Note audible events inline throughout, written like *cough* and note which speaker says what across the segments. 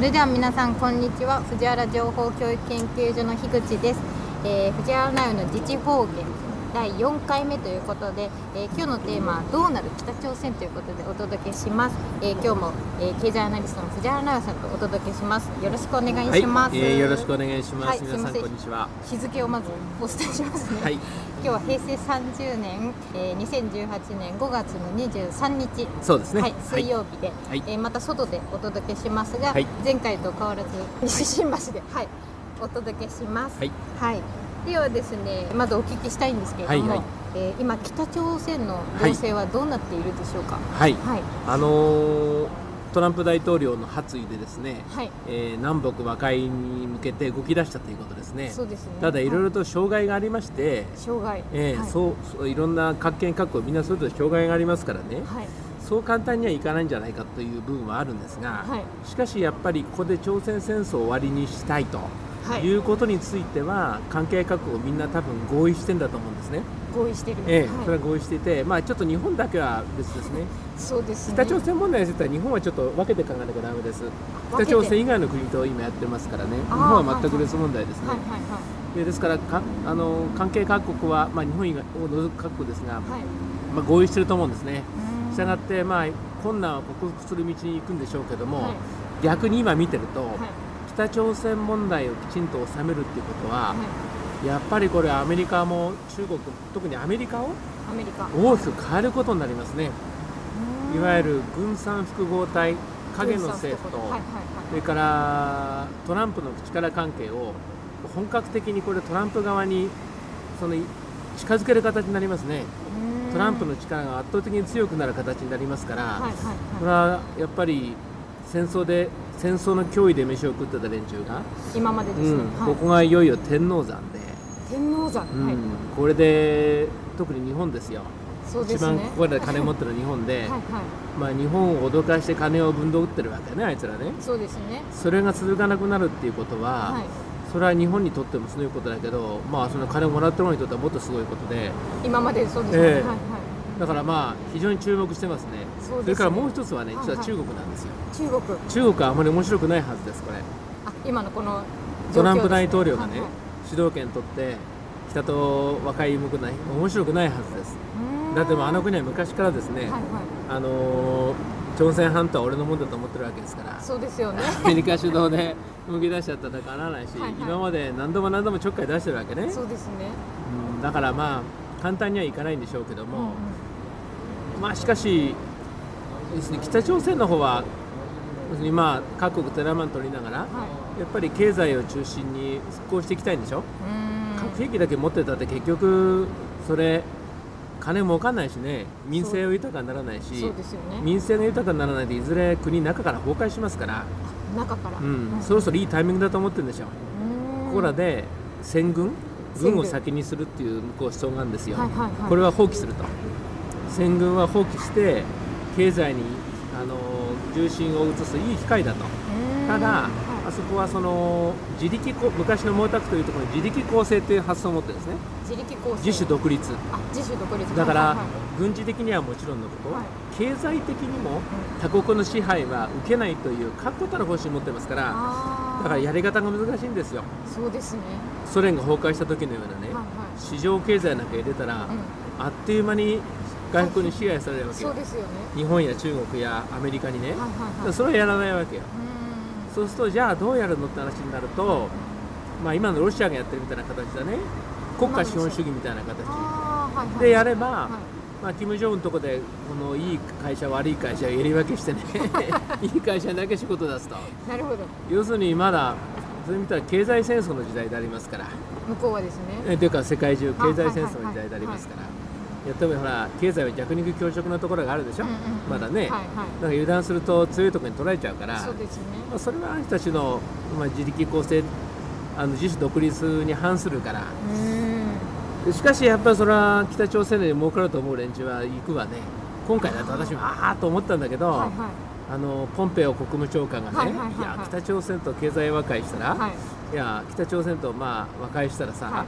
Speaker 1: れでは皆さんこんにちは藤原情報教育研究所の樋口です、えー藤原ナウの自治方言第4回目ということで、えー今日のテーマはどうなる北朝鮮ということでお届けします、えー今日も、えー経済アナリストの藤原ナウさんとお届けしますよろしくお願いします、
Speaker 2: はい、えーよろしくお願いします。
Speaker 1: はい
Speaker 2: 皆
Speaker 1: すいま
Speaker 2: さ
Speaker 1: せ
Speaker 2: ん
Speaker 1: ん
Speaker 2: こんにちは。
Speaker 1: 日付をまずお伝えしますね、
Speaker 2: はい、
Speaker 1: 今日は平成30年、えー2018年5月の23日
Speaker 2: そうですね。
Speaker 1: はい、水曜日で、
Speaker 2: はい
Speaker 1: えーまた外でお届けしますが、
Speaker 2: はい
Speaker 1: 前回と変わらず西新橋で、はい、お届けします。
Speaker 2: はい、
Speaker 1: はいではですね、まずお聞きしたいんですけれども、
Speaker 2: はいはい
Speaker 1: えー今北朝鮮の情勢はどうなっているでしょうか。
Speaker 2: はい、
Speaker 1: はい、
Speaker 2: あのートランプ大統領の発意でですね、
Speaker 1: はい、
Speaker 2: えー南北和解に向けて動き出したということですね。
Speaker 1: そうですね。
Speaker 2: ただいろい
Speaker 1: は
Speaker 2: ろと障害がありまして、
Speaker 1: 障害、
Speaker 2: えー
Speaker 1: はい、
Speaker 2: そうそういろんな各県各国みんなそれぞれ障害がありますからね、
Speaker 1: はい、
Speaker 2: そう簡単にはいかないんじゃないかという部分はあるんですが、
Speaker 1: はい、
Speaker 2: しかしやっぱりここで朝鮮戦争を終わりにしたいと。、
Speaker 1: はいい、
Speaker 2: うことについては関係各国みんな多分合意してんだと思うんですね。
Speaker 1: 合意してる。
Speaker 2: ええ、そ
Speaker 1: はい、
Speaker 2: れは合意していて、まあ、ちょっと日本だけは別ですね、
Speaker 1: そうですね。
Speaker 2: 北朝鮮問題については日本はちょっと分けて考えなきゃだめです、
Speaker 1: 分けて
Speaker 2: 北朝鮮以外の国と今やってますからね、日
Speaker 1: あー
Speaker 2: 本は全く別問題ですね、
Speaker 1: はい、はい、は
Speaker 2: でですからかあの、関係各国は、まあ、日本以外を除く各国ですが、
Speaker 1: い、はい。
Speaker 2: まあ、合意してると思うんですね、
Speaker 1: うーん
Speaker 2: したがって、まあ、困難を克服する道に行くんでしょうけども、
Speaker 1: はい、
Speaker 2: 逆に今見てると、
Speaker 1: はい、
Speaker 2: 北朝鮮問題をきちんと収めるっていうことは、
Speaker 1: はい
Speaker 2: やっぱりこれ、アメリカも中国も、特にアメリカを
Speaker 1: アメリカ。
Speaker 2: 大きく変えることになりますね。いわゆる軍産複合体影の政府と、
Speaker 1: はい、はい、
Speaker 2: それからトランプの力関係を本格的にこれトランプ側にその近づける形になりますね、
Speaker 1: はい。
Speaker 2: トランプ
Speaker 1: うーん
Speaker 2: の力が圧倒的に強くなる形になりますから、
Speaker 1: はい、はい、はい。
Speaker 2: これはやっぱり戦争で戦争の脅威で飯を食ってた連中が、
Speaker 1: 今までです
Speaker 2: う
Speaker 1: ね、
Speaker 2: ん
Speaker 1: は
Speaker 2: こ
Speaker 1: い、
Speaker 2: こがいよいよ天王山で、
Speaker 1: 天王山、
Speaker 2: うん
Speaker 1: はい、
Speaker 2: これで特に日本ですよ
Speaker 1: そうで
Speaker 2: 一
Speaker 1: すね
Speaker 2: 番ここまで金持ってる日本で。
Speaker 1: はいはい
Speaker 2: まあ、日本を脅かして金をぶんどってるわけねあいつらね
Speaker 1: そうですね
Speaker 2: それが続かなくなるっていうことは、
Speaker 1: はい
Speaker 2: それは日本にとってもすごいことだけど、まあ、その金をもらってるのにとってはもっとすごいことで
Speaker 1: 今までそうですね、
Speaker 2: ええ
Speaker 1: はいはい
Speaker 2: だからまあ非常に注目してますね
Speaker 1: そうですね
Speaker 2: れからもう一つはね
Speaker 1: はい
Speaker 2: 実は中国なんですよ、
Speaker 1: 中国
Speaker 2: 中国はあまり面白くないはずですこれ
Speaker 1: あ今のこの状況ですね
Speaker 2: トランプ大統領が
Speaker 1: はい
Speaker 2: ね
Speaker 1: はい
Speaker 2: 主導権取って北と和解向くない面白くないはずです
Speaker 1: うーん
Speaker 2: だってもうあの国は昔からですね、
Speaker 1: はいはい
Speaker 2: あのー朝鮮半島は俺のもんだと思ってるわけですから
Speaker 1: そうですよね
Speaker 2: アメリカ主導で動き出しちゃったらかなわないし、
Speaker 1: はいはい
Speaker 2: 今まで何度も何度もちょっかい出してるわけね、
Speaker 1: そうですね
Speaker 2: うんだからまあ簡単にはいかないんでしょうけど
Speaker 1: うん
Speaker 2: も、まあしかしです、ね、北朝鮮の方は要するにまあ各国テラマン取りながら
Speaker 1: うんはい
Speaker 2: やっぱり経済を中心に復興していきたいんでしょ、
Speaker 1: うーん
Speaker 2: 核兵器だけ持ってたって結局それ金儲かんないしね民生は豊かにならないし
Speaker 1: そうですよね
Speaker 2: 民生が豊かにならないでいずれ国の中から崩壊しますから、
Speaker 1: 中から
Speaker 2: うん、そろそろいいタイミングだと思ってるんでしょここら
Speaker 1: で
Speaker 2: で先軍
Speaker 1: 先軍
Speaker 2: 軍を先にするっていう向こう思想なんですよ、
Speaker 1: はいはいはい
Speaker 2: これは放棄すると先軍は放棄して経済にあの重心を移すいい機会だとただ、あそこはその自力こ昔の毛沢東いうところに自力構成という発想を持ってるんですね
Speaker 1: 自力構成
Speaker 2: 自主独立
Speaker 1: あ自主独立
Speaker 2: だから、
Speaker 1: はいはい
Speaker 2: 軍事的にはもちろんのこと、
Speaker 1: はい
Speaker 2: 経済的にも
Speaker 1: うん
Speaker 2: 他国の支配は受けないという確固たる方針を持ってますから
Speaker 1: あー
Speaker 2: だからやり方が難しいんですよ
Speaker 1: そうですね
Speaker 2: ソ連が崩壊した時のようなね、
Speaker 1: はいはい
Speaker 2: 市場経済なんか入れたら、
Speaker 1: う
Speaker 2: あっという間に外国に支配されるわ
Speaker 1: ん
Speaker 2: け
Speaker 1: そう
Speaker 2: よ
Speaker 1: ですよね
Speaker 2: 日本や中国やアメリカにね、
Speaker 1: はいはい
Speaker 2: だか
Speaker 1: は
Speaker 2: ら
Speaker 1: い
Speaker 2: それはやらないわけよ
Speaker 1: うん
Speaker 2: そうするとじゃあどうやるのって話になると、まあ、今のロシアがやってるみたいな形だね国家資本主義みたいな形
Speaker 1: あーはいはい
Speaker 2: でやれば、
Speaker 1: はい
Speaker 2: まあ、キム・ジョンウンのとこでこのいい会社悪い会社を入り分
Speaker 1: *laughs*
Speaker 2: けしてねいい会社にだけ仕事出すと
Speaker 1: なるほど
Speaker 2: 要するにまだそれ見たら経済戦争の時代でありますから
Speaker 1: 向こうはですね
Speaker 2: えというか世界中経済戦争の時代でありますから、やってもほら経済は逆に強食なところがあるでしょ、
Speaker 1: うんうんうん
Speaker 2: まだ
Speaker 1: は
Speaker 2: ね、
Speaker 1: い
Speaker 2: なん
Speaker 1: は
Speaker 2: か油断すると強いところに取られちゃうから
Speaker 1: いそうですね
Speaker 2: まあ、それはあの人たちの、まあ、自力構成あの自主独立に反するから
Speaker 1: うーん
Speaker 2: でしかしやっぱりそれは北朝鮮で儲かると思う連中は行くわね今回だと私もああと思ったんだけど、
Speaker 1: はい
Speaker 2: あのポンペオ国務長官がね、
Speaker 1: はい
Speaker 2: い
Speaker 1: はいはいはい
Speaker 2: や北朝鮮と経済和解したら、
Speaker 1: はいはい
Speaker 2: いや北朝鮮とまあ和解したらさ、
Speaker 1: はい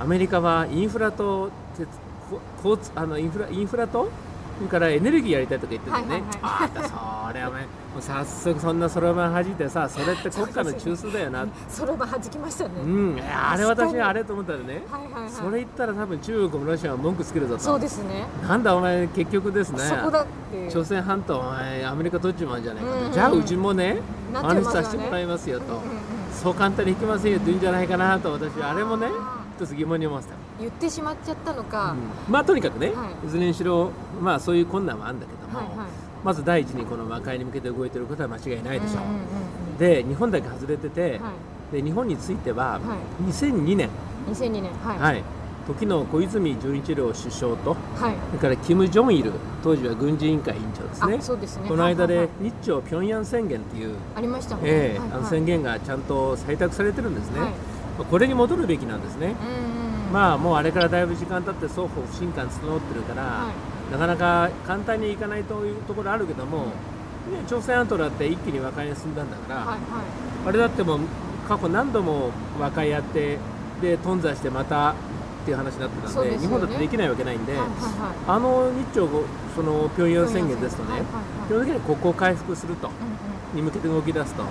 Speaker 2: アメリカはインフラと鉄こ交通あのインフラインフラとそれからエネルギーやりたいとか言ってたよね、
Speaker 1: はいはい
Speaker 2: あんたそれお前もう早速そんなそろばん弾いてさそれって国家の中枢だよな
Speaker 1: そろば弾きましたね、
Speaker 2: うんいやあれ私あれと思ったらね
Speaker 1: はいはいはい
Speaker 2: それ言ったら多分中国もロシアは文句つけるぞと
Speaker 1: そうですね
Speaker 2: なんだお前結局ですね
Speaker 1: そこだっていう
Speaker 2: 朝鮮半島お前アメリカどっちもあるんじゃないかと、
Speaker 1: うんうん
Speaker 2: じゃあうちもね
Speaker 1: なっ
Speaker 2: あ
Speaker 1: ちゃいま
Speaker 2: の
Speaker 1: すよね
Speaker 2: させてもらいますよと、
Speaker 1: うんうんうん
Speaker 2: そう簡単にいきませんよって言うんじゃないかなと私はあれもね
Speaker 1: あ
Speaker 2: 一つ疑問に思ってた、
Speaker 1: 言ってしまっちゃったのか、
Speaker 2: まあとにかくね、、
Speaker 1: はい
Speaker 2: ずれにしろまあそういう困難はあるんだけども、
Speaker 1: はいはい
Speaker 2: まず第一にこの和解に向けて動いてることは間違いないでしょう、
Speaker 1: うんうんうんうん
Speaker 2: で日本だけ外れて
Speaker 1: は
Speaker 2: て、
Speaker 1: い
Speaker 2: で日本については
Speaker 1: は
Speaker 2: 2002年、
Speaker 1: 2002年はい、
Speaker 2: はいい時の小泉純一郎首相と
Speaker 1: はい
Speaker 2: それからキム・ジョンイル当時は軍事委員会委員長ですね
Speaker 1: あそうですね
Speaker 2: この間
Speaker 1: はい
Speaker 2: で
Speaker 1: はい
Speaker 2: 日朝平壌宣言っていう、
Speaker 1: ありましたもんね、
Speaker 2: ええ
Speaker 1: はいはい
Speaker 2: あの宣言がちゃんと採択されてるんですね、
Speaker 1: はい
Speaker 2: まあこれに戻るべきなんですね、
Speaker 1: うんうん
Speaker 2: まあもうあれからだいぶ時間経って双方不信感募ってるから、
Speaker 1: は
Speaker 2: なかなか簡単にいかないというところあるけども、ね、朝鮮半島だって一気に和解に進んだんだから、
Speaker 1: はいは
Speaker 2: あれだってもう過去何度も和解やってで頓挫してまたっていう話になってた
Speaker 1: そ
Speaker 2: ん
Speaker 1: う
Speaker 2: で
Speaker 1: ですよね
Speaker 2: 日本だってできないわけないんで、
Speaker 1: いはいはいはい
Speaker 2: あの日朝その平壌宣言ですと
Speaker 1: は
Speaker 2: ね
Speaker 1: いはいはい
Speaker 2: 基本的には国交回復すると
Speaker 1: うんうん
Speaker 2: に向けて動き出すと
Speaker 1: はい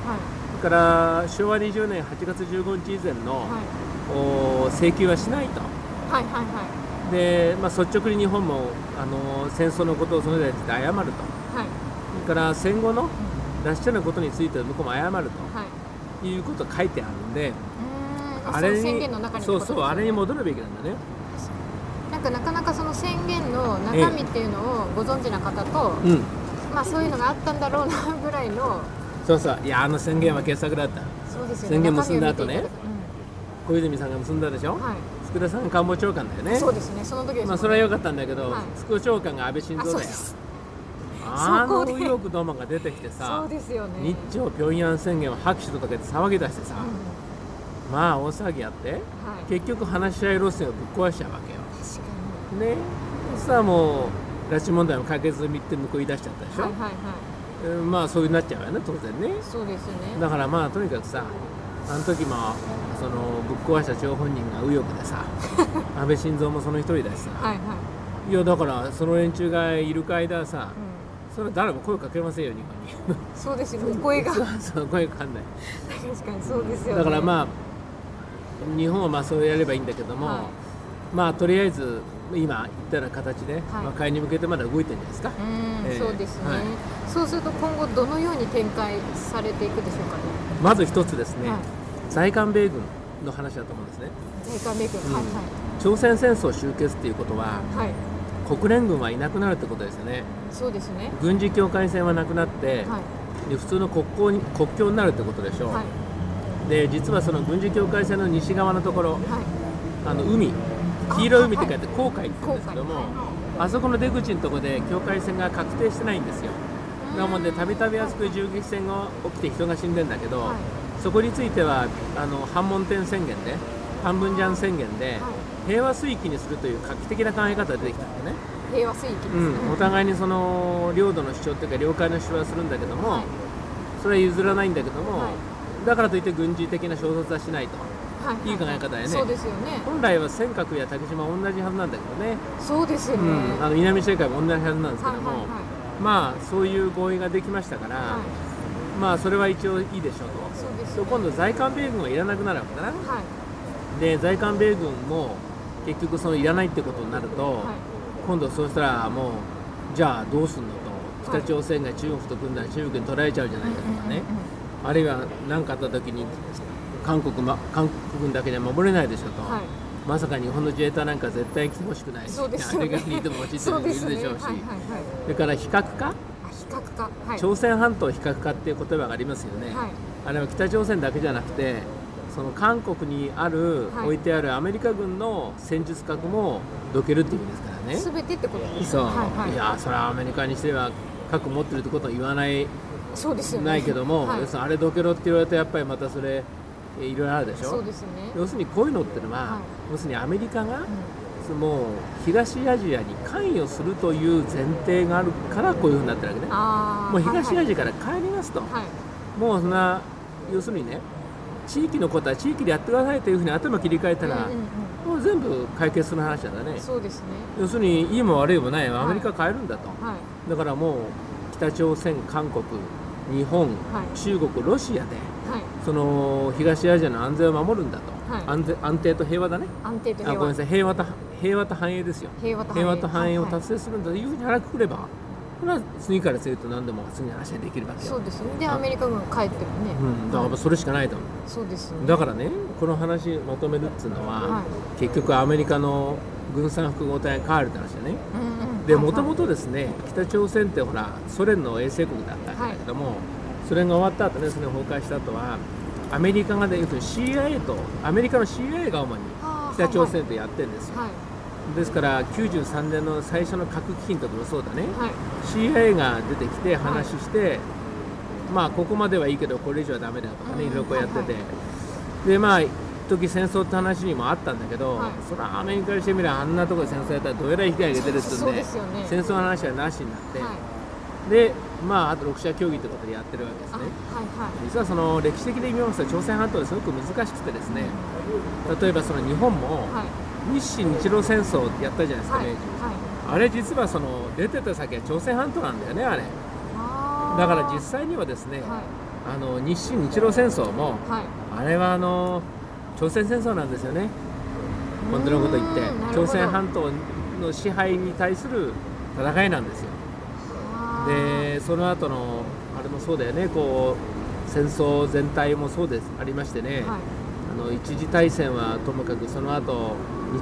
Speaker 2: それから昭和20年8月15日以前の、
Speaker 1: はい
Speaker 2: お請求はしないと。
Speaker 1: はいはいはい
Speaker 2: で、まあ、率直に日本もあの戦争のことをそのようについて謝ると
Speaker 1: はい
Speaker 2: それから戦後のラッシャのことについて向こうも謝る
Speaker 1: はい
Speaker 2: ということが書いてあるんで
Speaker 1: うーん
Speaker 2: あれ
Speaker 1: その宣
Speaker 2: に
Speaker 1: 言の中にって
Speaker 2: そ
Speaker 1: こ
Speaker 2: う
Speaker 1: と
Speaker 2: そうあれ
Speaker 1: です
Speaker 2: に
Speaker 1: よね
Speaker 2: 戻るべきなんだね
Speaker 1: なんかなかなかその宣言の中身っていうのをご存知な方と、
Speaker 2: うん
Speaker 1: まあそういうのがあったんだろうなぐらいの
Speaker 2: そうそういやあの宣言は傑作だった
Speaker 1: そうですよね
Speaker 2: 宣言結んだ後ね
Speaker 1: 中身を見ていただく
Speaker 2: 小泉さんが結んだでしょ、
Speaker 1: うんは
Speaker 2: 福田さんが官房長官だよ
Speaker 1: い、
Speaker 2: ね
Speaker 1: そうですねその時ですもんね、
Speaker 2: まあそれは良かったんだけど、
Speaker 1: はい
Speaker 2: 副長官が安倍晋
Speaker 1: あ
Speaker 2: 三
Speaker 1: そう
Speaker 2: だ
Speaker 1: で
Speaker 2: よ
Speaker 1: す
Speaker 2: あ
Speaker 1: そこ
Speaker 2: の
Speaker 1: で
Speaker 2: 右翼どもが出てきて
Speaker 1: そ
Speaker 2: さ
Speaker 1: うですよね
Speaker 2: 日朝平壌宣言を拍手とかけて騒ぎ出してさ、
Speaker 1: うん
Speaker 2: まあ大騒ぎやって
Speaker 1: はい
Speaker 2: 結局話し合い路線をぶっ壊しちゃうわけよ
Speaker 1: 確か
Speaker 2: ねそしたらもう拉致問題も解決済みって向こう言い出しちゃったでし
Speaker 1: に
Speaker 2: ょ、
Speaker 1: はいはいはい
Speaker 2: うんまあそういうなっちゃうよね当然ね
Speaker 1: そうですよね
Speaker 2: だからまあとにかくさあの時もそのぶっ壊した張本人が右翼で
Speaker 1: *laughs*
Speaker 2: さ安倍晋三もその一人だしさ、
Speaker 1: はいはい、
Speaker 2: い、やだからその連中がいる間はさ
Speaker 1: う
Speaker 2: それは誰も声かけませんよ日本に
Speaker 1: ん、そうですよねお声が *laughs*
Speaker 2: そう
Speaker 1: 確
Speaker 2: *laughs* そう声かかんない
Speaker 1: かにそうですよね
Speaker 2: だから
Speaker 1: あ
Speaker 2: まあ日本はまあそうやればいいんだけども、
Speaker 1: はい
Speaker 2: まあとりあえず今言ったような形で
Speaker 1: はい
Speaker 2: 和解に向けてまだ動いてるんじゃないです
Speaker 1: う
Speaker 2: か、
Speaker 1: ん、
Speaker 2: ええ
Speaker 1: そうですね、
Speaker 2: はい
Speaker 1: そうすると今後どのように展開されていくでしょうかね
Speaker 2: まず一つですね、
Speaker 1: はい
Speaker 2: 在韓米軍の話だと思うんですね
Speaker 1: 在韓米軍、
Speaker 2: うん
Speaker 1: はい
Speaker 2: 朝鮮戦争終結っていうことは
Speaker 1: はいはい
Speaker 2: 国連軍はいなくなるってことですよね
Speaker 1: そうですね
Speaker 2: 軍事境界線はなくなって、
Speaker 1: はい
Speaker 2: で普通の国交に国境になるってことでしょう、
Speaker 1: はい
Speaker 2: で実はその軍事境界線の西側のところ
Speaker 1: はい
Speaker 2: あの海黄色い海って書いて航海って言うんですけども、
Speaker 1: はい
Speaker 2: あそこの出口のところで境界線が確定してないんですよなもんでたびたびあそこで銃撃戦が起きて人が死んでんだけど、
Speaker 1: はい
Speaker 2: そこについてはあの半門天宣言で半分ジャン宣言で、
Speaker 1: は
Speaker 2: 平和水域にするという画期的な考え方が出てきたんでね、
Speaker 1: 平和水域ですね、
Speaker 2: うん、お互いにその領土の主張というか領海の主張はするんだけども、
Speaker 1: はい
Speaker 2: それは譲らないんだけども、
Speaker 1: はい
Speaker 2: だからといって軍事的な衝突はしないと
Speaker 1: はいはい
Speaker 2: い考え方やね
Speaker 1: そうですよね
Speaker 2: 本来は尖閣や竹島は同じはずなんだけどね、
Speaker 1: そうですよ
Speaker 2: う
Speaker 1: ね、
Speaker 2: ん、あの南シナ海も同じはずなんですけ
Speaker 1: はい
Speaker 2: ど
Speaker 1: はい
Speaker 2: も、
Speaker 1: は
Speaker 2: まあそういう合意ができましたから、
Speaker 1: いはい
Speaker 2: まあそれは一応いいでしょう
Speaker 1: そ
Speaker 2: と。
Speaker 1: うです
Speaker 2: そ
Speaker 1: よ
Speaker 2: う
Speaker 1: ね
Speaker 2: 今度在韓米軍はいらなくなるわけだな。
Speaker 1: はい
Speaker 2: で在韓米軍も結局そのいらないってことになると、
Speaker 1: はい
Speaker 2: 今度そうしたらもうじゃあどうすんのと
Speaker 1: はい
Speaker 2: 北朝鮮が中国と組んだら中国に取られちゃうんじゃないかとか
Speaker 1: う
Speaker 2: ね、
Speaker 1: んうんうん
Speaker 2: あるいは何かあった時に韓国,、ま、韓国軍だけでは守れないでしょと、
Speaker 1: はい
Speaker 2: まさか日本の自衛隊なんか絶対来てほしくないし
Speaker 1: そうですよ
Speaker 2: アメ
Speaker 1: ね
Speaker 2: リカにいても欲しいって
Speaker 1: そう
Speaker 2: い
Speaker 1: で
Speaker 2: 人
Speaker 1: す
Speaker 2: もい
Speaker 1: ね
Speaker 2: るでしょうし
Speaker 1: はいはいはい
Speaker 2: それから非核化、
Speaker 1: あ比較かはい
Speaker 2: 朝鮮半島非核化っていう言葉がありますよね、
Speaker 1: はい
Speaker 2: あれは北朝鮮だけじゃなくてその韓国にある、
Speaker 1: はい
Speaker 2: 置いてあるアメリカ軍の戦術核もどけるっていう意味ですからね
Speaker 1: 全てってことです
Speaker 2: そう、、
Speaker 1: はいはいい、
Speaker 2: やそれはアメリカにしては核持ってるってことは言わない
Speaker 1: そうですよね
Speaker 2: ないけども、
Speaker 1: はい
Speaker 2: 要するにあれどけろって言われてやっぱりまたそれえいろいろあるでしょ
Speaker 1: そうですよね、
Speaker 2: 要するにこういうのってのは、
Speaker 1: は
Speaker 2: 要するにアメリカが、
Speaker 1: う
Speaker 2: もう東アジアに関与するという前提があるからこういうふうになってるわけ
Speaker 1: ん、
Speaker 2: ね
Speaker 1: ああ
Speaker 2: もう東ア
Speaker 1: ジ
Speaker 2: ジアから帰りますと、
Speaker 1: はい、はい
Speaker 2: もうそんな要するにね地域のことは地域でやってくださいというふうに頭切り替えたら、
Speaker 1: うんうんうん
Speaker 2: もうれ全部解決する話だね
Speaker 1: そうですね
Speaker 2: 要するにいいも悪いもない
Speaker 1: い
Speaker 2: アメリカ変えるんだと、
Speaker 1: はい
Speaker 2: だからもう北朝鮮韓国日本、
Speaker 1: はい
Speaker 2: 中国ロシアで
Speaker 1: はい
Speaker 2: その東アジアの安全を守るんだと、
Speaker 1: はい
Speaker 2: 安全安定と平和だね
Speaker 1: 安定と
Speaker 2: あ
Speaker 1: 平
Speaker 2: ごめ
Speaker 1: 和
Speaker 2: んなさい平和と平和と繁栄ですよ
Speaker 1: 平和と
Speaker 2: 平和と繁栄を
Speaker 1: はい
Speaker 2: 達成するんだというふうに腹くくれば、これは次から次へと何でも次の話ができるわけ
Speaker 1: そ
Speaker 2: よ
Speaker 1: う、ですねでアメリカ軍帰ってもね、
Speaker 2: うん、だからそれしかないと思う
Speaker 1: そうですね
Speaker 2: だからねこの話まとめるっつうのは、
Speaker 1: は
Speaker 2: 結局アメリカの軍産複合体が変わるって話だね
Speaker 1: いうんうん
Speaker 2: で
Speaker 1: はい
Speaker 2: もともとですね北朝鮮ってほらソ連の衛星国だったんだけども、それが終わった後ねそれが崩壊した後はアメリカがね要するに CIA とアメリカの CIA が主に
Speaker 1: はい
Speaker 2: 北朝鮮とやってるんですよ、
Speaker 1: はい
Speaker 2: ですから93年の最初の核基金とかもそうだね、
Speaker 1: はい
Speaker 2: CIA が出てきて話して、まあここまではいいけどこれ以上はダメだとかね
Speaker 1: うん
Speaker 2: いろいろこうやってて、
Speaker 1: はいは
Speaker 2: でまあ一時戦争って話にもあったんだけど、
Speaker 1: はい
Speaker 2: それはアメリカにしてみればあんなとこで戦争やったらどえらい被害が出るっつ
Speaker 1: そ
Speaker 2: うん
Speaker 1: う
Speaker 2: で
Speaker 1: ですよね
Speaker 2: 戦争の話はなしになって、
Speaker 1: はい
Speaker 2: でまああと6社協議ってことでやってるわけです
Speaker 1: あは
Speaker 2: ね
Speaker 1: いはい
Speaker 2: 実はその歴史的で見ますと朝鮮半島ですごく難しくてですね例えばその日本も
Speaker 1: はい
Speaker 2: 日清日露戦争やったじゃないですか、
Speaker 1: はい
Speaker 2: 明治
Speaker 1: はい
Speaker 2: あれ実はその出てた先は朝鮮半島なんだよねあれ
Speaker 1: あー
Speaker 2: だから実際にはですね、
Speaker 1: はい
Speaker 2: あの日清日露戦争も
Speaker 1: はい
Speaker 2: あれはあの朝鮮戦争なんですよね本当のこと言って
Speaker 1: うーんなるほど
Speaker 2: 朝鮮半島の支配に対する戦いなんですよ
Speaker 1: あー
Speaker 2: でその後のあれもそうだよねこう戦争全体もそうですありましてね、
Speaker 1: はい
Speaker 2: あの一次大戦はともかくその後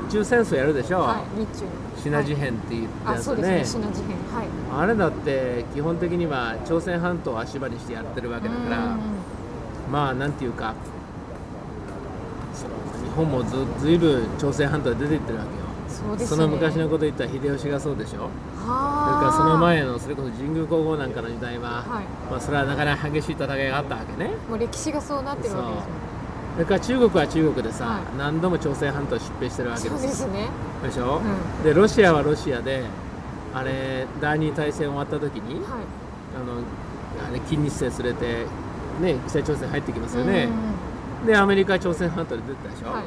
Speaker 2: 日中戦争やるでしょ、
Speaker 1: はい日中
Speaker 2: シナ事変って言った
Speaker 1: あ
Speaker 2: やつ
Speaker 1: そ
Speaker 2: ね
Speaker 1: うですねシナ事変はい
Speaker 2: あれだって基本的には朝鮮半島を足場にしてやってるわけだから、
Speaker 1: うん
Speaker 2: まあなんていうかその日本もずずいぶん朝鮮半島で出ていってるわけよ
Speaker 1: そうです
Speaker 2: そ
Speaker 1: ね
Speaker 2: の昔のこと言ったら秀吉がそうでしょそれ
Speaker 1: は
Speaker 2: から
Speaker 1: あ
Speaker 2: その前のそれこそ神宮皇后なんかの時代は、
Speaker 1: はい
Speaker 2: まあ、それはなかなか激しい戦いがあったわけね
Speaker 1: もう歴史がそうなってるわけですもんね
Speaker 2: それから中国は中国でさ、
Speaker 1: は
Speaker 2: 何度も朝鮮半島を出兵してるわけ
Speaker 1: そ
Speaker 2: で
Speaker 1: う
Speaker 2: すよ
Speaker 1: ですね
Speaker 2: でしょ、
Speaker 1: う
Speaker 2: でロシアはロシアであれ第二次大戦終わった時に、
Speaker 1: はい
Speaker 2: あのあれ金日成連れて、ね、北朝鮮入ってきますよ
Speaker 1: う
Speaker 2: ね
Speaker 1: んうん、
Speaker 2: でアメリカは朝鮮半島で出てたでし
Speaker 1: う
Speaker 2: ょ、
Speaker 1: んはい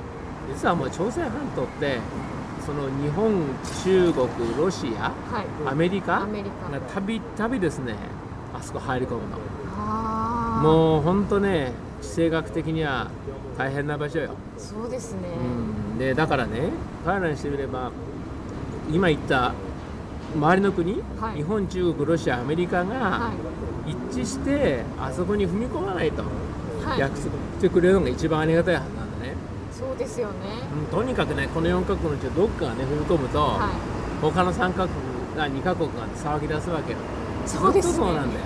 Speaker 2: 実はもう朝鮮半島ってその日本中国ロシア
Speaker 1: はい
Speaker 2: アメリ
Speaker 1: ア
Speaker 2: カ
Speaker 1: メリカ
Speaker 2: がたびたびですねあそこ入り込むの
Speaker 1: ああ
Speaker 2: もうほんとね地政学的には大変な場所よ、
Speaker 1: そうですね、
Speaker 2: うん、でだからね彼らにしてみれば今言った周りの国、
Speaker 1: はい
Speaker 2: 日本中国ロシアアメリカが、
Speaker 1: は
Speaker 2: 一致してあそこに踏み込まないと
Speaker 1: いはい
Speaker 2: 約束してくれるのが一番ありがたいはずなんだね、
Speaker 1: そうですよね
Speaker 2: うん、とにかくねこの4カ国のうちどっかがね踏み込むと、
Speaker 1: はい
Speaker 2: 他の3カ国が2カ国が騒ぎ出すわけよ
Speaker 1: そうですね
Speaker 2: ずっとそうなんだよ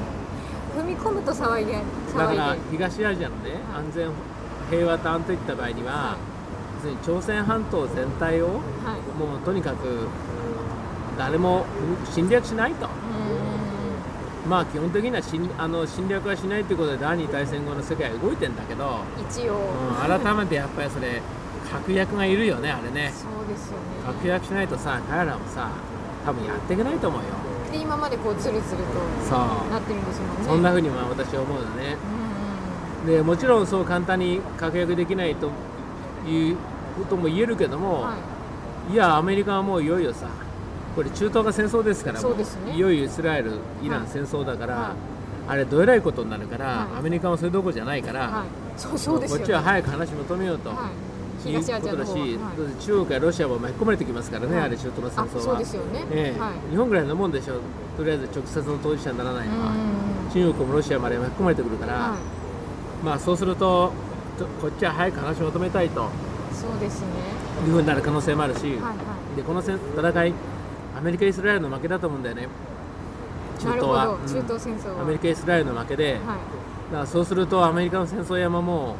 Speaker 1: 踏み込むと騒いで
Speaker 2: だ
Speaker 1: 騒
Speaker 2: か
Speaker 1: いで
Speaker 2: ら東アジアのね安全平和と安定って言った場合には
Speaker 1: は
Speaker 2: 別に朝鮮半島全体を
Speaker 1: はい
Speaker 2: もうとにかく誰も侵略しないと
Speaker 1: う
Speaker 2: まあ基本的には侵あの侵略はしないということで第二次大戦後の世界は動いてんだけど
Speaker 1: ーん一応、
Speaker 2: うん、改めてやっぱりそれ確約がいるよねあれね
Speaker 1: そうですよ
Speaker 2: 確
Speaker 1: ね
Speaker 2: 約しないとさ彼らもさ多分やっていけないと思うよ
Speaker 1: で今までこうつるつると
Speaker 2: そ
Speaker 1: なってるんですもんね
Speaker 2: うそんな風にまあ私は思うのね
Speaker 1: うん
Speaker 2: でもちろんそう簡単に確約できないということも言えるけど
Speaker 1: うん
Speaker 2: も、、
Speaker 1: はい
Speaker 2: やアメリカはもういよいよさこれ中東が戦争ですから
Speaker 1: そうですね
Speaker 2: もいよいよイスラエルイラ
Speaker 1: は
Speaker 2: ン
Speaker 1: い
Speaker 2: 戦争だから、
Speaker 1: はい
Speaker 2: あれどえらいことになるから、
Speaker 1: はい
Speaker 2: アメリカもそれどころじゃないから、
Speaker 1: い、はい、そうそうですよ、
Speaker 2: こ
Speaker 1: ね、
Speaker 2: っちは早く話求めようと、
Speaker 1: はい、
Speaker 2: いう
Speaker 1: 東アジ
Speaker 2: こ
Speaker 1: ア
Speaker 2: と
Speaker 1: の
Speaker 2: だ
Speaker 1: 方
Speaker 2: し、
Speaker 1: は、はい、
Speaker 2: 中国やロシアも巻き込まれてきますからね、
Speaker 1: はい
Speaker 2: あれ、中東の戦
Speaker 1: あ
Speaker 2: 争
Speaker 1: そう
Speaker 2: は
Speaker 1: です。よね、
Speaker 2: ええ
Speaker 1: はい
Speaker 2: 日本ぐらいのもんでしょ、とりあえず直接の当事者にならないのは、
Speaker 1: うん
Speaker 2: 中国もロシアまで巻き込まれてくるから、
Speaker 1: は
Speaker 2: まあそうすると、とこっちは早く話を求めたいと
Speaker 1: い、そうですね
Speaker 2: いうふうになる可能性もあるし、
Speaker 1: はいは
Speaker 2: でこの戦戦い、アメリカ・イスラエルの負けだと思うんだよね、
Speaker 1: い
Speaker 2: 中
Speaker 1: なる
Speaker 2: 東
Speaker 1: ほど
Speaker 2: は。うん
Speaker 1: 中東戦争は、
Speaker 2: アメリカ・イスラエルの負けで、だ
Speaker 1: はい
Speaker 2: からそうすると、アメリカの戦争山も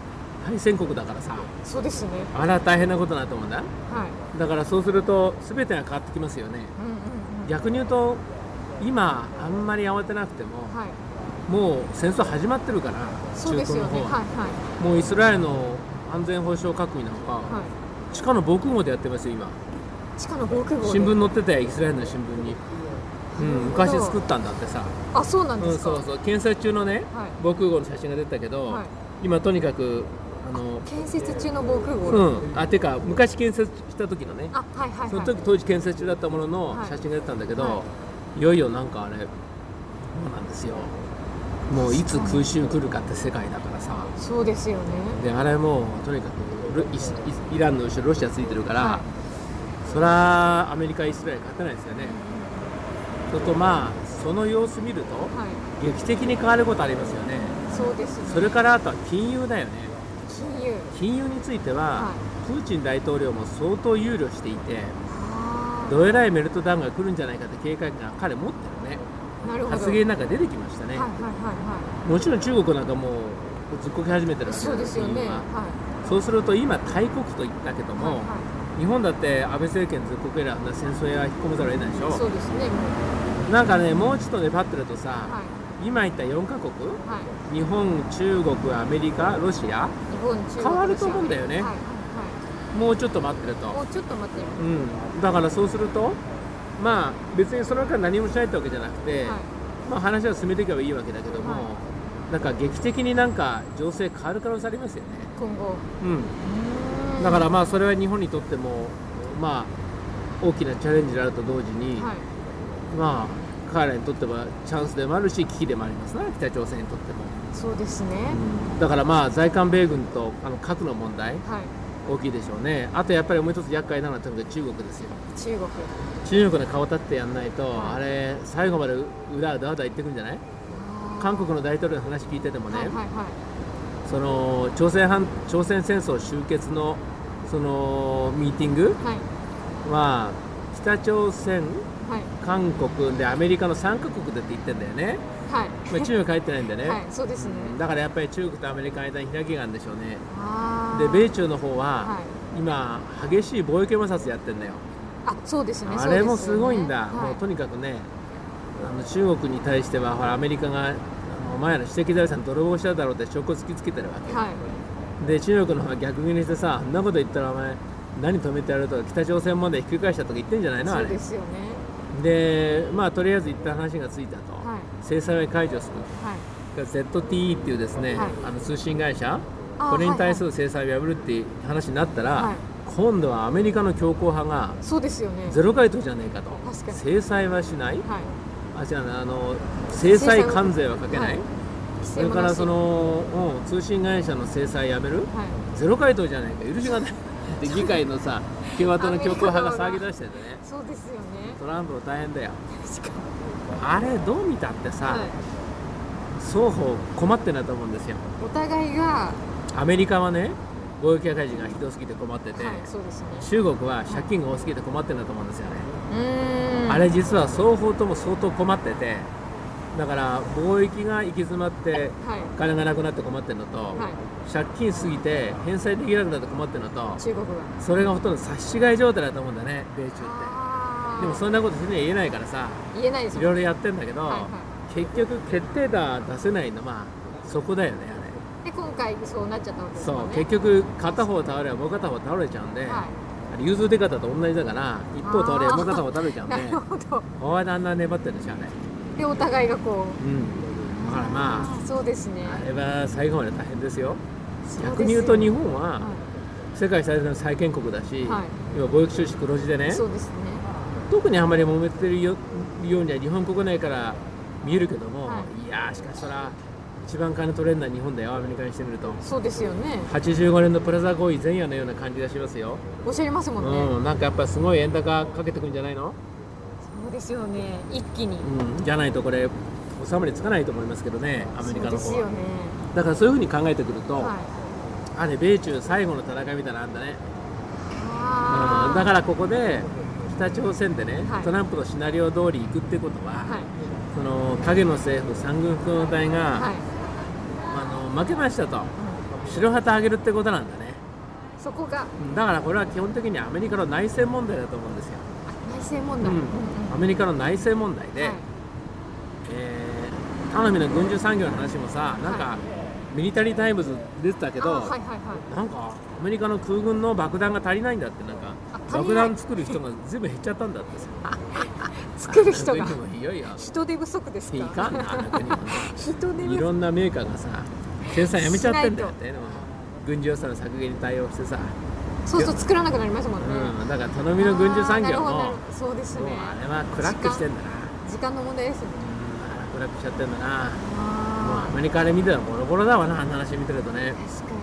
Speaker 2: 敗戦国だからさ、
Speaker 1: そうですね
Speaker 2: あら大変なことになると思うんだ。
Speaker 1: はい
Speaker 2: だからそうすると全てが変わってきますよね
Speaker 1: うんうんうん
Speaker 2: 逆に言うと今あんまり慌てなくても、
Speaker 1: はい
Speaker 2: もう戦争始まってるから
Speaker 1: そうですよね
Speaker 2: 中
Speaker 1: はい
Speaker 2: 東の方
Speaker 1: は
Speaker 2: は、もうイスラエルの安全保障確認なんか、
Speaker 1: いはい
Speaker 2: 地下の防空壕でやってますよ今
Speaker 1: 地下の防空壕で
Speaker 2: 新聞載っててイスラエルの新聞に、うん、
Speaker 1: なる
Speaker 2: 昔
Speaker 1: ほど
Speaker 2: 作ったんだってさ、
Speaker 1: あそうなん
Speaker 2: う
Speaker 1: で
Speaker 2: ん、
Speaker 1: すか、
Speaker 2: そうそう検査中のね
Speaker 1: はい
Speaker 2: 防空壕の写真が出たけど、
Speaker 1: はい
Speaker 2: 今とにかくあの
Speaker 1: 建設中の防空壕、
Speaker 2: うん、あてか昔建設した時のね
Speaker 1: あはいはいはい
Speaker 2: その時当時建設中だったものの
Speaker 1: はい
Speaker 2: 写真が出たんだけど、、
Speaker 1: はい
Speaker 2: よいよなんかあれそうなんですよもういつ空襲来るかって世界だからさ
Speaker 1: そうですよね
Speaker 2: であれもうとにかくロイスイイランの後ろロシアついてるから、
Speaker 1: はい
Speaker 2: そりゃアメリカイスラエル勝てないですよねちょっとまあその様子見ると
Speaker 1: はい
Speaker 2: 劇的に変わることありますよね
Speaker 1: そうですね
Speaker 2: それからあとは金融だよね
Speaker 1: 金融
Speaker 2: 金融については、
Speaker 1: は
Speaker 2: プーチン大統領も相当憂慮していて
Speaker 1: あ
Speaker 2: どえらいメルトダウンが来るんじゃないかって警戒感が彼持ってるね
Speaker 1: ーなるほど
Speaker 2: 発言なんか出てきましたね、
Speaker 1: はいはいはい
Speaker 2: もちろん中国なんかもうずっこけ始めてる
Speaker 1: はい
Speaker 2: わ
Speaker 1: そ
Speaker 2: け
Speaker 1: うですよね
Speaker 2: 金融
Speaker 1: は
Speaker 2: はいそうすると今大国と言ったけども、
Speaker 1: はい
Speaker 2: 日本だって安倍政権ずっこけるあんな戦争や引き込めざるを得ないでし
Speaker 1: はいそ
Speaker 2: ょ
Speaker 1: うですねもう
Speaker 2: なんかねもうちょっと粘ってるとさ、
Speaker 1: はい
Speaker 2: 今言った4カ国
Speaker 1: はい
Speaker 2: 日本中国アメリカロシア
Speaker 1: 日本中国
Speaker 2: 変わると思うんだよね
Speaker 1: はいはい
Speaker 2: もうちょっと待ってると
Speaker 1: はいもうちょっと待ってよ
Speaker 2: うん、だからそうするとまあ別にその中何もしないってわけじゃなくて、
Speaker 1: はい
Speaker 2: まあ、話は進めていけばいいわけだけども、
Speaker 1: は
Speaker 2: なんか劇的になんか情勢変わる可能性ありますよね、
Speaker 1: 今後
Speaker 2: うん、だからまあそれは日本にとってもまあ大きなチャレンジであると同時に、
Speaker 1: はい
Speaker 2: まあ彼らにとってはチャンスでもあるし危機でもありますな北朝鮮にとっても、
Speaker 1: そうですね
Speaker 2: うんだからまあ在韓米軍とあの核の問
Speaker 1: は
Speaker 2: 題
Speaker 1: い
Speaker 2: 大きいでしょうねあとやっぱりもう一つ厄介なのはとにかく中国ですよ
Speaker 1: 中国
Speaker 2: 中国の顔立ってやんないと、
Speaker 1: はい
Speaker 2: あれ最後まで裏だわだ言ってくんじゃない韓国の大統領の話聞いてても
Speaker 1: も
Speaker 2: ね、
Speaker 1: はいはいはい
Speaker 2: その朝鮮半朝鮮戦争終結のそのミーティング
Speaker 1: はい
Speaker 2: は北朝鮮
Speaker 1: はい
Speaker 2: 韓国でアメリカの3カ国でって言ってんだよね、
Speaker 1: はい
Speaker 2: まあ、中国入ってないんでね、
Speaker 1: はいそうですね
Speaker 2: うんだからやっぱり中国とアメリカの間に開きがあるんでしょうね
Speaker 1: あー
Speaker 2: で米中の方
Speaker 1: は
Speaker 2: はい今激しい貿易摩擦やってんだよ
Speaker 1: あそうですね
Speaker 2: あれもすごいん
Speaker 1: そう
Speaker 2: だ、
Speaker 1: ですよね
Speaker 2: も
Speaker 1: は
Speaker 2: う
Speaker 1: い
Speaker 2: とにかくね、あの中国に対しては、ほら、アメリカがあのお前ら知的財産泥棒しただろうって証拠突きつけてるわけ、
Speaker 1: はい
Speaker 2: で中国の方が逆ギにしてさ、あんなこと言ったら、お前、何止めてやるとか、北朝鮮問題ひっくり返したとか言ってんじゃないの、あ
Speaker 1: そう
Speaker 2: れ
Speaker 1: で。すよね
Speaker 2: で、まあ、とりあえず一旦話がついたと、
Speaker 1: はい
Speaker 2: 制裁は解除する。
Speaker 1: はい
Speaker 2: ZTE っていうですね、
Speaker 1: はい
Speaker 2: あの通信会社
Speaker 1: あー
Speaker 2: これに対す
Speaker 1: はい
Speaker 2: る制裁を破るっていう話になったら、
Speaker 1: はい
Speaker 2: 今度はアメリカの強硬派が
Speaker 1: はいそうですよね
Speaker 2: ゼロ回答じゃねえかと
Speaker 1: 確かに
Speaker 2: 制裁はしない
Speaker 1: はい
Speaker 2: あ違うなあの
Speaker 1: 制
Speaker 2: 制
Speaker 1: 裁
Speaker 2: 裁
Speaker 1: を
Speaker 2: 関税はかけない、
Speaker 1: はい規
Speaker 2: そ
Speaker 1: 制
Speaker 2: れ
Speaker 1: も
Speaker 2: か
Speaker 1: な
Speaker 2: ら
Speaker 1: し
Speaker 2: その、うん、通信会社の制裁やめる
Speaker 1: はい
Speaker 2: ゼロ回答じゃないか許し
Speaker 1: *laughs*
Speaker 2: がないで議会のさ共和党の強硬派が騒ぎ出しててね
Speaker 1: そうですよね
Speaker 2: トランプも大変だよ
Speaker 1: 確かに
Speaker 2: あれどう見たってさ、
Speaker 1: はい
Speaker 2: 双方困ってないと思うんですよ
Speaker 1: お互いがは
Speaker 2: アメリカはね貿易赤字がひどすぎて困ってて、
Speaker 1: いそうですね
Speaker 2: 中国は借金が多すぎて困ってるんだと思うんですよね、
Speaker 1: うーん
Speaker 2: あれ実は双方とも相当困っててだから貿易が行き詰まって
Speaker 1: はい
Speaker 2: お金がなくなって困ってるのと、
Speaker 1: はい
Speaker 2: 借金すぎて返済できなくなって困ってるのと
Speaker 1: 中国が
Speaker 2: それがほとんど差し違い状態だと思うんだね米中って
Speaker 1: あー
Speaker 2: でもそんなこと人には言えないからさ
Speaker 1: 言えないです
Speaker 2: い
Speaker 1: もん
Speaker 2: ろいろやってんだけど、
Speaker 1: はいは
Speaker 2: 結局決定打出せないのまあそこだよねあれ
Speaker 1: いで今回そうなっちゃったわけです
Speaker 2: そ
Speaker 1: もん
Speaker 2: う
Speaker 1: ね
Speaker 2: 結局片方倒ればもう片方倒れちゃうんで、
Speaker 1: は
Speaker 2: あれ融通出方と同じだから一方倒ればもう片方倒れちゃう
Speaker 1: い
Speaker 2: んで
Speaker 1: *laughs* なるほど
Speaker 2: お前であんな粘ってるんでしょあれ
Speaker 1: でお互いがこ
Speaker 2: うんだからまあ
Speaker 1: うそうですね
Speaker 2: あれは最後まで大変です
Speaker 1: そ
Speaker 2: よ
Speaker 1: うですよ
Speaker 2: 逆に言うと日本は
Speaker 1: は
Speaker 2: 世界最大の債権国だし、
Speaker 1: はい
Speaker 2: 今貿易収支黒字で
Speaker 1: い
Speaker 2: ね
Speaker 1: そうですね
Speaker 2: 特にあまり揉めてるよようには日本国内から見えるけども、、
Speaker 1: はい
Speaker 2: やーしかしそら一番金取れるのは日本だよアメリカにしてみると
Speaker 1: そうですよね
Speaker 2: 85年のプラザ合意前夜のような感じがしますよ、
Speaker 1: おっしゃりますもんね
Speaker 2: うん、なんかやっぱすごい円高かけてくんじゃないの、
Speaker 1: そうですよね一気に
Speaker 2: うん、じゃないとこれ収まりつかないと思いますけどねアメリカ
Speaker 1: そうで
Speaker 2: の方
Speaker 1: すよ
Speaker 2: は、
Speaker 1: ね
Speaker 2: だからそういうふうに考えてくると、
Speaker 1: はい
Speaker 2: あれ米中最後の戦いみたいなのあんだね
Speaker 1: あ
Speaker 2: うん
Speaker 1: ー
Speaker 2: だからここで北朝鮮でね、
Speaker 1: はい
Speaker 2: トランプのシナリオ通り行くってことは、
Speaker 1: はい
Speaker 2: その影の政府三軍副の隊が、
Speaker 1: はい
Speaker 2: あの負けましたと
Speaker 1: う
Speaker 2: 白旗あげるってことなんだね
Speaker 1: んそこが
Speaker 2: うんだからこれは基本的にアメリカの内政問題だと思うんですよ、
Speaker 1: 内政問
Speaker 2: うん
Speaker 1: 題うんうん
Speaker 2: アメリカの内政問題で、
Speaker 1: はい
Speaker 2: えー頼みの軍需産業の話もさなんか、
Speaker 1: は
Speaker 2: ミリタリータイムズ出てたけど、
Speaker 1: あーはいはいはい
Speaker 2: なんかアメリカの空軍の爆弾が足りないんだってなんか
Speaker 1: あ足りない
Speaker 2: 爆弾作る人が全部減っちゃったんだってさ
Speaker 1: 作る人が
Speaker 2: そういうのもいよいよ
Speaker 1: 人手不足ですか
Speaker 2: いかんなあの国もね
Speaker 1: 人手
Speaker 2: い
Speaker 1: 不足
Speaker 2: ろんなメーカーがさ生産やめちゃってんだよってでも軍事予算の削減に対応してさ、
Speaker 1: そうそう作らなくなりましたもんね、
Speaker 2: うん、だから頼みの軍需産
Speaker 1: あ
Speaker 2: 業も
Speaker 1: ーなる
Speaker 2: も
Speaker 1: ほどなるほどそうです
Speaker 2: う
Speaker 1: ね
Speaker 2: あれはクラックしてんだな
Speaker 1: 時間の問題ですね
Speaker 2: うんあらクラックしちゃってんだなもうア
Speaker 1: あ
Speaker 2: メリカで見てたらボロボロだわなあんな話見てるとね
Speaker 1: ー確か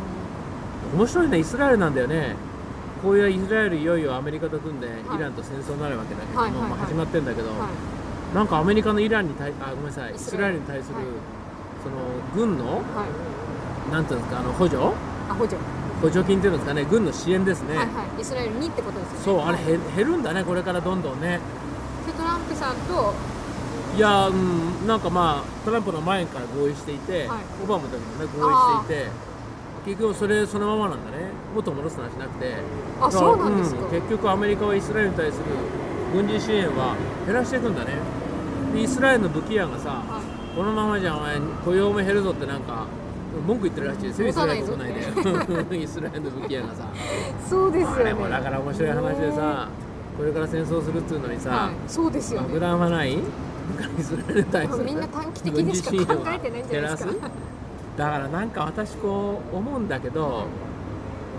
Speaker 2: 面白いねイスラエルなんだよねこういうイスラエルいよいよアメリカと組んで、
Speaker 1: い
Speaker 2: イランと戦争になるわけだけど、
Speaker 1: はいはい
Speaker 2: もう
Speaker 1: はい
Speaker 2: 始まってんだけど、
Speaker 1: に、は
Speaker 2: なんかアメリカのイランに対あごめんなさいイ
Speaker 1: イ
Speaker 2: ス
Speaker 1: ス
Speaker 2: ラ
Speaker 1: ラ
Speaker 2: エ
Speaker 1: エ
Speaker 2: ル
Speaker 1: ル
Speaker 2: に対する、
Speaker 1: はい
Speaker 2: その軍の
Speaker 1: いはい、
Speaker 2: なんていうんですかあの補助
Speaker 1: あ補助、
Speaker 2: 補助金っていうんですかね軍の支援ですね、
Speaker 1: はいはいイスラエルにってことですよね
Speaker 2: そうあれ
Speaker 1: はい
Speaker 2: へ減るんだねこれからどんどんね
Speaker 1: でトランプさんと
Speaker 2: いやーうんなんかまあトランプの前から合意していて、
Speaker 1: はい
Speaker 2: オバマの時もね合意していて結局それそのままなんだね元戻す話なくて
Speaker 1: あ
Speaker 2: だら
Speaker 1: そうなんですか、
Speaker 2: うん結局アメリカはイスラエルに対する軍事支援は減らしていくんだねでイスラエルの武器屋がさ、
Speaker 1: はい
Speaker 2: このままじゃお前雇用も減るぞってなんか文句言ってるらしいですよイスラエル国内で *laughs* イスラエルの武器屋がさ
Speaker 1: そうですよ
Speaker 2: あ
Speaker 1: ね
Speaker 2: れもだから面白い話でさこれから戦争するっつうのにさ、
Speaker 1: はい、そうですよ
Speaker 2: 爆
Speaker 1: ね
Speaker 2: 弾はないだからイスラエルに対する
Speaker 1: みんな短期的にしか考えてないんじゃないですか
Speaker 2: 軍事支援を減らすだからなんか私こう思うんだけど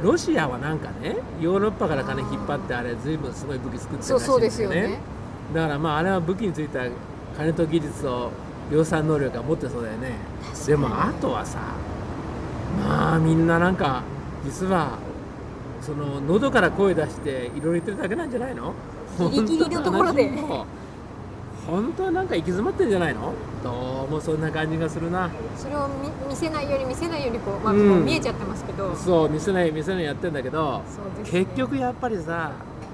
Speaker 2: ロシアはなんかねヨーロッパから金引っ張ってあれ随分すごい武器作ってる
Speaker 1: そう
Speaker 2: らし
Speaker 1: そう
Speaker 2: い
Speaker 1: んで
Speaker 2: ですす
Speaker 1: よ
Speaker 2: よ
Speaker 1: ね
Speaker 2: ねだからまああれは武器については金と技術と量産能力が持ってそうだよねでもあとはさまあみんななんか実はその喉から声出していろいろ言ってるだけなんじゃないの
Speaker 1: ギリギリのところで
Speaker 2: 本当の話も本当はなんか行き詰まってんじゃないのどうもそんな感じがするな
Speaker 1: それを見見せないように見せないようにこう、まあ
Speaker 2: うん
Speaker 1: もう見えちゃってますけどそう
Speaker 2: そう見せない見せないやってんだけど
Speaker 1: ですね、
Speaker 2: 結局やっぱりさ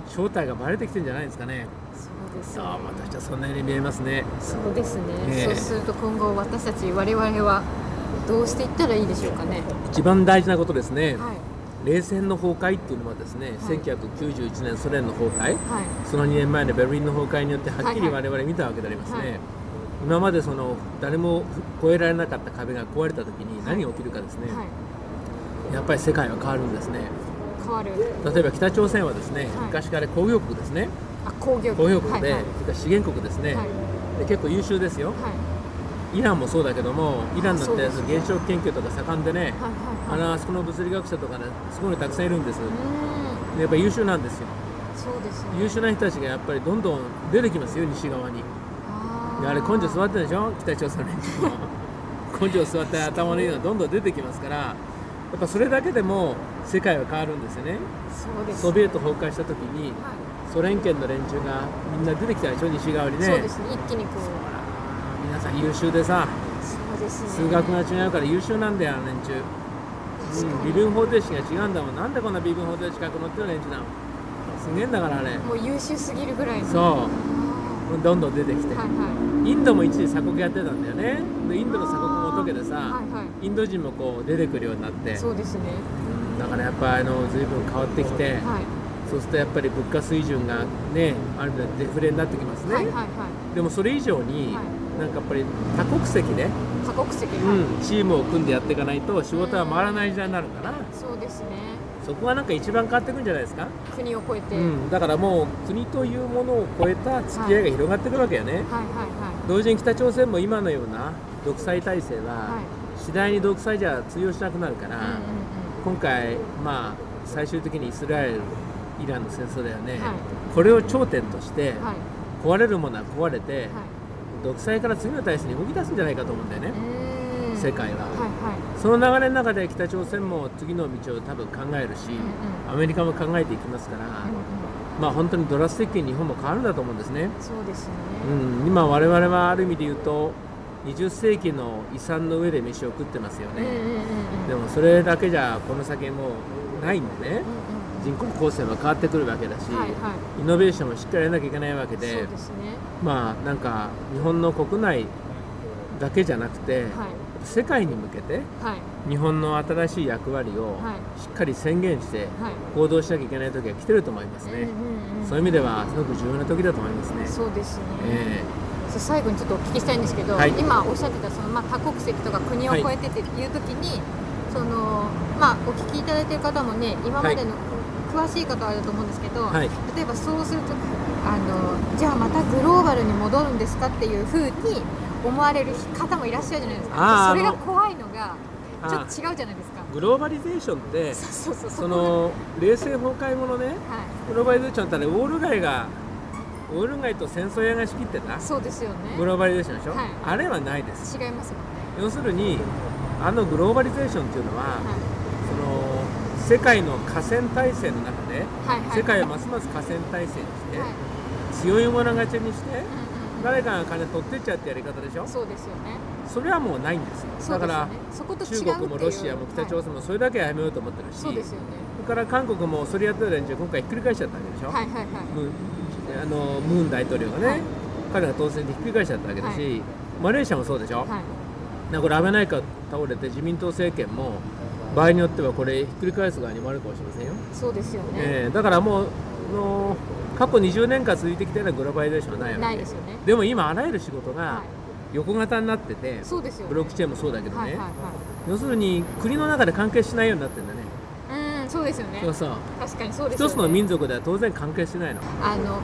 Speaker 2: 正体がバレてきてんじゃないですかね
Speaker 1: そうです
Speaker 2: そう
Speaker 1: ね
Speaker 2: 私はそんなように見えますね
Speaker 1: そうですね、
Speaker 2: ええ
Speaker 1: そうすると今後私たち我々はどうしていったらいいでしょうかね
Speaker 2: 一番大事なことです
Speaker 1: は
Speaker 2: ね、
Speaker 1: い
Speaker 2: 冷戦の崩壊っていうのはですね、
Speaker 1: はい
Speaker 2: 1991年ソ連の崩壊
Speaker 1: はい
Speaker 2: その2年前のベルリンの崩壊によってはっきり
Speaker 1: は
Speaker 2: 我々見たわけでありますね、
Speaker 1: はい
Speaker 2: 今までその誰も越えられなかった壁が壊れた時に何が起きるかですね、
Speaker 1: はい
Speaker 2: やっぱり世界は変わるんですね
Speaker 1: 変わる
Speaker 2: 例えば北朝鮮はですね、
Speaker 1: はい
Speaker 2: 昔から工業国ですね
Speaker 1: あ工業
Speaker 2: 工業国
Speaker 1: はい
Speaker 2: で、
Speaker 1: はい
Speaker 2: それから資源国です
Speaker 1: は
Speaker 2: ね、
Speaker 1: いはい
Speaker 2: で結構優秀ですよイランもそうだけどもイランだって
Speaker 1: そうです
Speaker 2: 原子力研究とか盛んでね
Speaker 1: はいは
Speaker 2: あ
Speaker 1: いはい
Speaker 2: のあそこの物理学者とかねすごいたくさんいるんです
Speaker 1: うー
Speaker 2: でやっぱ優秀なんですよ
Speaker 1: んそうですね
Speaker 2: 優秀な人たちがやっぱりどんどん出てきますよ西側に
Speaker 1: あ
Speaker 2: で
Speaker 1: ー
Speaker 2: あれ根性座ってるでしょ北朝鮮の連中も *laughs* 根性座って頭のいいのがどんどん出てきますからやっぱそれだけでも世界は変わるんですよね
Speaker 1: そうです
Speaker 2: ソビエト崩壊した時に
Speaker 1: はい
Speaker 2: ソ連圏の連中がみんな出てきたでしょ西側にね
Speaker 1: そうですね一気にこ
Speaker 2: ほ
Speaker 1: う
Speaker 2: ら皆さん優秀でさ
Speaker 1: そうですね
Speaker 2: 数学が違うから優秀なんだよあの連中、
Speaker 1: 確
Speaker 2: うん、
Speaker 1: か
Speaker 2: 微
Speaker 1: に
Speaker 2: 分方程式が違うんだもんなんでこんな微分方程式書くのっていう連中だもんすげえんだからあれ
Speaker 1: もう優秀すぎるぐらいのは
Speaker 2: そうどんどん出てき
Speaker 1: い
Speaker 2: て、
Speaker 1: はい
Speaker 2: インドも一時鎖国やってたんだよねでインドの鎖国も解けてさ、
Speaker 1: はいは
Speaker 2: インド人もこう出てくるようになって
Speaker 1: いそうですね
Speaker 2: うんだからやっぱあの随分変わってきて、
Speaker 1: はい
Speaker 2: そうするとやっぱり物価水準がねある意味でデフレになってきますね、
Speaker 1: はいはいはい
Speaker 2: でもそれ以上に、
Speaker 1: は
Speaker 2: なんかやっぱり多国籍で、
Speaker 1: 多国籍
Speaker 2: う
Speaker 1: は
Speaker 2: ん、チームを組んでやっていかないと仕事は回らない時代になるから、
Speaker 1: いそうですね
Speaker 2: そこがなんか一番変わっていくんじゃないですか、
Speaker 1: 国を越えて
Speaker 2: う
Speaker 1: はい
Speaker 2: ん、だからもう国というものを超えた付き合いが広がっていくわけよね、
Speaker 1: はいは
Speaker 2: 同時に北朝鮮も今のような独裁体制
Speaker 1: いは
Speaker 2: はい次第に独裁じゃ通用しなくなるから、
Speaker 1: うんうんうん
Speaker 2: 今回、まあ、最終的にイスラエルイランの戦争だよね、
Speaker 1: はい
Speaker 2: これを頂点として、
Speaker 1: はい
Speaker 2: 壊れるものは壊れて、
Speaker 1: はい
Speaker 2: 独裁から次の体制に動き出すんじゃないかと思うんだよね、
Speaker 1: うーん
Speaker 2: 世界は、
Speaker 1: はいはい
Speaker 2: その流れの中で北朝鮮も次の道を多分考えるし、
Speaker 1: うんうん
Speaker 2: アメリカも考えていきますか
Speaker 1: う
Speaker 2: ら、
Speaker 1: ん
Speaker 2: まあ本当にドラスティックに日本も変わるんだと思うんですね、
Speaker 1: うんそうですね
Speaker 2: うん、今我々はある意味で言うと20世紀の遺産の上で飯を食ってますよ
Speaker 1: うんうん
Speaker 2: ね、
Speaker 1: うんうん
Speaker 2: でもそれだけじゃこの先もうないんでね
Speaker 1: うんうん
Speaker 2: 人口構成は変わってくるわけだし、
Speaker 1: はいはい
Speaker 2: イノベーションもしっかりやらなきゃいけないわけ
Speaker 1: そう
Speaker 2: で
Speaker 1: ですね
Speaker 2: まあなんか日本の国内だけじゃなくて、
Speaker 1: はい
Speaker 2: 世界に向けて
Speaker 1: はい
Speaker 2: 日本の新しい役割を
Speaker 1: はい
Speaker 2: しっかり宣言して
Speaker 1: はい
Speaker 2: 行動しなきゃいけない時が来てると思いますね、
Speaker 1: うんうんうん
Speaker 2: そういう意味ではすごく重要な時だと思いますね。
Speaker 1: そうですね、
Speaker 2: え
Speaker 1: そう最後にちょっとお聞きしたいんですけど、
Speaker 2: はい
Speaker 1: 今おっしゃってたその、まあ、多国籍とか国を越えてっていう時に、そのまあ、お聞きいただいてる方もね今までの、詳しい方はあれだと思うんですけど、
Speaker 2: えはい
Speaker 1: 例えばそうするとあのじゃあまたグローバルに戻るんですかっていうふうに思われる方もいらっしゃるじゃないですかそ
Speaker 2: あー
Speaker 1: れが怖いのがちょっと違うじゃないですか
Speaker 2: グローバリゼーションって
Speaker 1: そうそうそうこ
Speaker 2: そ
Speaker 1: が
Speaker 2: の冷戦崩壊後のね
Speaker 1: は
Speaker 2: グローバリゼーションってあれウォール街がウォール街と戦争屋が仕切ってた
Speaker 1: いそうですよね
Speaker 2: グローバリゼーションでしょ、
Speaker 1: はい
Speaker 2: あれはないです
Speaker 1: 違いますもんね
Speaker 2: 要するにあのグローバリゼーションっていうのは、
Speaker 1: は
Speaker 2: その世界の河川体制の中
Speaker 1: い
Speaker 2: で
Speaker 1: はいはい
Speaker 2: 世界をますます河川体制にして、
Speaker 1: はい
Speaker 2: 強い者勝ちにして
Speaker 1: うんうん
Speaker 2: 誰かが金取ってっちゃうってやり方でしょ
Speaker 1: そうですよね
Speaker 2: それはもうないんですよ
Speaker 1: そ
Speaker 2: だ
Speaker 1: う
Speaker 2: か
Speaker 1: ですよ
Speaker 2: ら
Speaker 1: ねそこと違うってい
Speaker 2: 中
Speaker 1: う
Speaker 2: 国もロシアも北
Speaker 1: は
Speaker 2: 朝
Speaker 1: い
Speaker 2: 鮮もそれだけはやめようと思ってるし、
Speaker 1: そうですよね
Speaker 2: それから韓国もそれやってた連中今回ひっくり返しちゃったわけでしょ、
Speaker 1: はいはいはい
Speaker 2: ムンあのムン大統領がね、
Speaker 1: はい
Speaker 2: 彼が当選でひっくり返しちゃったわけだし、
Speaker 1: は
Speaker 2: マレーシアもそうでしょ、
Speaker 1: はい
Speaker 2: だから安倍内閣倒れて自民党政権も場合によってはこれひっくり返す側にもあるかもしれませんよ、
Speaker 1: そうですよね
Speaker 2: ええだからもうあの過去20年間続いてきたようなグローバリゼーションはないわけ
Speaker 1: ないですよね
Speaker 2: でも今あらゆる仕事が
Speaker 1: は
Speaker 2: 横型になってて
Speaker 1: い、そうですよね
Speaker 2: ブロックチェーンもそうだけどね、
Speaker 1: はいはい
Speaker 2: 要するに国の中で関係しないようになってんだね
Speaker 1: はいうんそうですよね
Speaker 2: そうそう
Speaker 1: 確かにそうですよ
Speaker 2: 一
Speaker 1: ね
Speaker 2: つの民族では当然関係しないの
Speaker 1: あの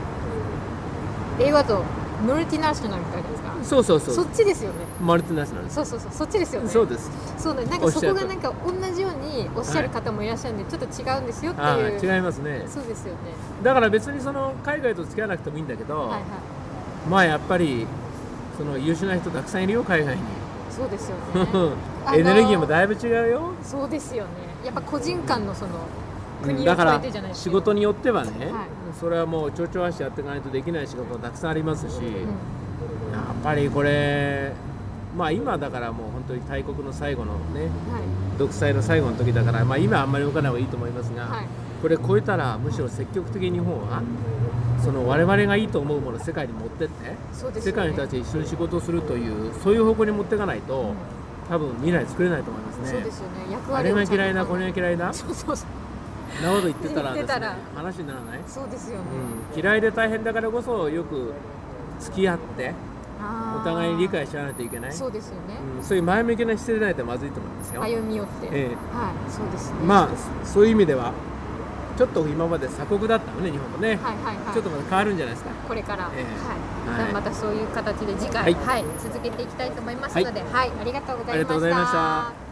Speaker 1: 英語だとノルティナーショナルってあるじゃないですか
Speaker 2: そうそう
Speaker 1: そ
Speaker 2: そう
Speaker 1: っちですよね
Speaker 2: マルティナショナルです
Speaker 1: そうそうそうそっちですよね
Speaker 2: そうです
Speaker 1: そうなんなん
Speaker 2: お
Speaker 1: か
Speaker 2: っし
Speaker 1: そ
Speaker 2: ゃる
Speaker 1: こがなんか同じようにおっしゃる方もいらっしゃるんで、ちょっと違うんですよって
Speaker 2: あ
Speaker 1: いう
Speaker 2: あ違いますね
Speaker 1: そうですよね
Speaker 2: だから別にその海外と付き合わなくてもいいんだけど、
Speaker 1: はいはい
Speaker 2: まあやっぱりその優秀な人たくさんいるよ海外に、 *laughs*
Speaker 1: そうですよね
Speaker 2: エネルギーもだいぶ違うよ
Speaker 1: そうですよねやっぱ個人間のその
Speaker 2: うん
Speaker 1: 国を
Speaker 2: だか
Speaker 1: 超え
Speaker 2: ら
Speaker 1: てじゃないですけ
Speaker 2: 仕
Speaker 1: ど
Speaker 2: 事によってはね、
Speaker 1: はい
Speaker 2: それはもうちょちょ足やっていかないとできない仕事もたくさんありますし、
Speaker 1: うん
Speaker 2: やっぱりこれまあ今だからもう本当に大国の最後のね
Speaker 1: はい
Speaker 2: 独裁の最後の時だから、まあ、今あんまり動かない方がいいと思いますが、
Speaker 1: はい
Speaker 2: これ超えたらむしろ積極的に日本はその我々がいいと思うものを世界に持ってって、
Speaker 1: そうです
Speaker 2: 世
Speaker 1: よね
Speaker 2: 界の人たちと一緒に仕事をするというそういう方向に持っていかないと、多分未来作れないと思いますね
Speaker 1: そうですよね役
Speaker 2: あ
Speaker 1: 割
Speaker 2: れ
Speaker 1: を
Speaker 2: が
Speaker 1: ちゃんと
Speaker 2: 嫌いなこれが嫌いなな
Speaker 1: そうそうそう
Speaker 2: こと言ってたらで
Speaker 1: 言
Speaker 2: す、
Speaker 1: って
Speaker 2: ね
Speaker 1: たら、
Speaker 2: 話にならない、
Speaker 1: そうですよね、
Speaker 2: うん、嫌いで大変だからこそよく付き合って
Speaker 1: あー
Speaker 2: お互いに理解し合わないといけない
Speaker 1: そうですよね、
Speaker 2: うん、そういう前向きな姿勢でないとまずいと思いますよ、
Speaker 1: 歩み寄って、
Speaker 2: ええ
Speaker 1: はいそうですね
Speaker 2: まあそういう意味ではちょっと今まで鎖国だったのね日本もね、
Speaker 1: はいはいはい
Speaker 2: ちょっとまた変わるんじゃないですか
Speaker 1: これから、
Speaker 2: ええ
Speaker 1: はい、
Speaker 2: はい
Speaker 1: またそういう形で次
Speaker 2: は
Speaker 1: 回、
Speaker 2: い
Speaker 1: はい続けていきたいと思いますので、はい、ありがとうございました。
Speaker 2: ありがとうございました